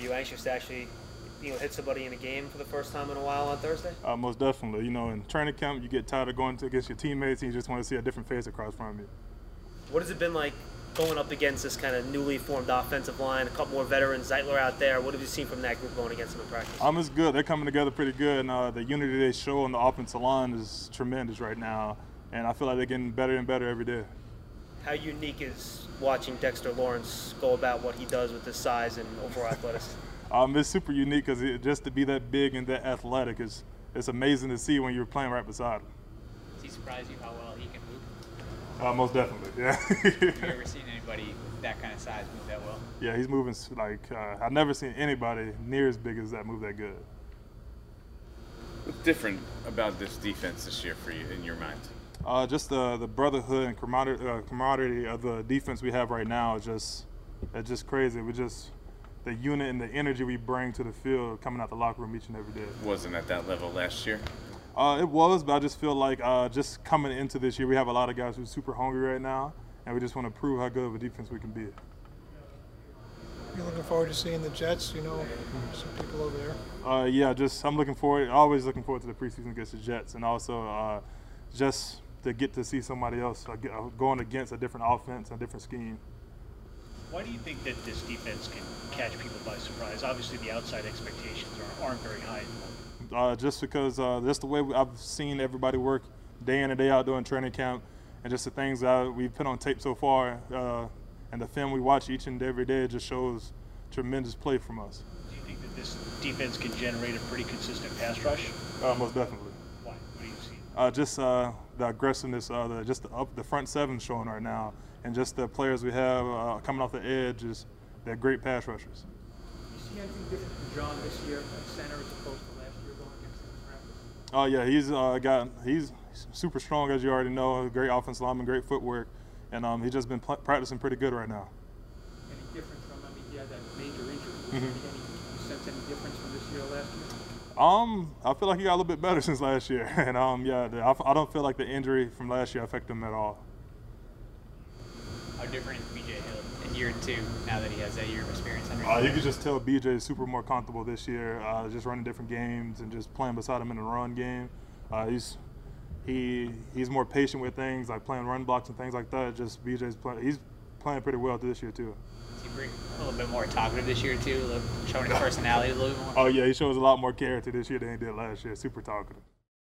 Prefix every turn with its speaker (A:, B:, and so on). A: you anxious to actually, you know, hit somebody in a game for the first time in a while on Thursday?
B: Uh, most definitely. You know, in training camp, you get tired of going to against your teammates, and you just want to see a different face across from you.
A: What has it been like going up against this kind of newly formed offensive line? A couple more veterans, Zeitler out there. What have you seen from that group going against them in practice?
B: Um, it's good. They're coming together pretty good, and uh, the unity they show on the offensive line is tremendous right now. And I feel like they're getting better and better every day.
A: How unique is watching Dexter Lawrence go about what he does with his size and overall athleticism?
B: Um, it's super unique because just to be that big and that athletic is it's amazing to see when you're playing right beside him.
C: Does he surprise you how well he can move?
B: Uh, most definitely,
C: Have you
B: yeah.
C: ever seen anybody with that kind of size move that well?
B: yeah, he's moving s- like uh, I've never seen anybody near as big as that move that good.
D: What's different about this defense this year for you in your mind?
B: Uh, just the the brotherhood and camaraderie, uh, camaraderie of the defense we have right now is just it's just crazy. We just the unit and the energy we bring to the field coming out the locker room each and every day.
D: Wasn't at that level last year.
B: Uh, it was, but I just feel like uh, just coming into this year, we have a lot of guys who're super hungry right now, and we just want to prove how good of a defense we can be.
E: You're looking forward to seeing the Jets, you know, some people over there.
B: Uh, yeah, just I'm looking forward, always looking forward to the preseason against the Jets, and also uh, just to get to see somebody else uh, get- uh, going against a different offense, a different scheme.
F: Why do you think that this defense can catch people by surprise? Obviously, the outside expectations are, aren't very high. at the moment.
B: uh, just because uh, that's the way we- I've seen everybody work day in and day out during training camp, and just the things that we've put on tape so far, uh, and the film we watch each and every day just shows tremendous play from us.
F: Do you think that this defense can generate a pretty consistent pass rush?
B: Uh, most definitely.
F: Why? What do you see?
B: Uh, just uh, the aggressiveness, uh, the, just the, up, the front seven showing right now, and just the players we have uh, coming off the edge is they're great pass rushers.
G: You see anything different from John this year, at center as opposed to last year going against him in practice?
B: Oh yeah, he's uh, got he's super strong as you already know. Great offensive lineman, great footwork, and um, he's just been pl- practicing pretty good right now.
G: Any difference from, I mean, he had that major injury. Was there
B: Mm-hmm.
G: Any, you sense any difference from this year or last year?
B: Um, I feel like he got a little bit better since last year, and um, yeah, the, I, I don't feel like the injury from last year affected him at all.
C: How different is BJ Hill in year two now that he has that year of experience under
B: Uh,
C: him?
B: you could just tell BJ is super more comfortable this year, uh, just running different games and just playing beside him in the run game. Uh, he's he he's more patient with things like playing run blocks and things like that. Just BJ's playing, he's playing pretty well this year too.
C: Does he bring a little bit more talkative this year too? a little- Showing his personality a little bit more?
B: Oh yeah, he shows a lot more character this year than he did last year. Super talkative.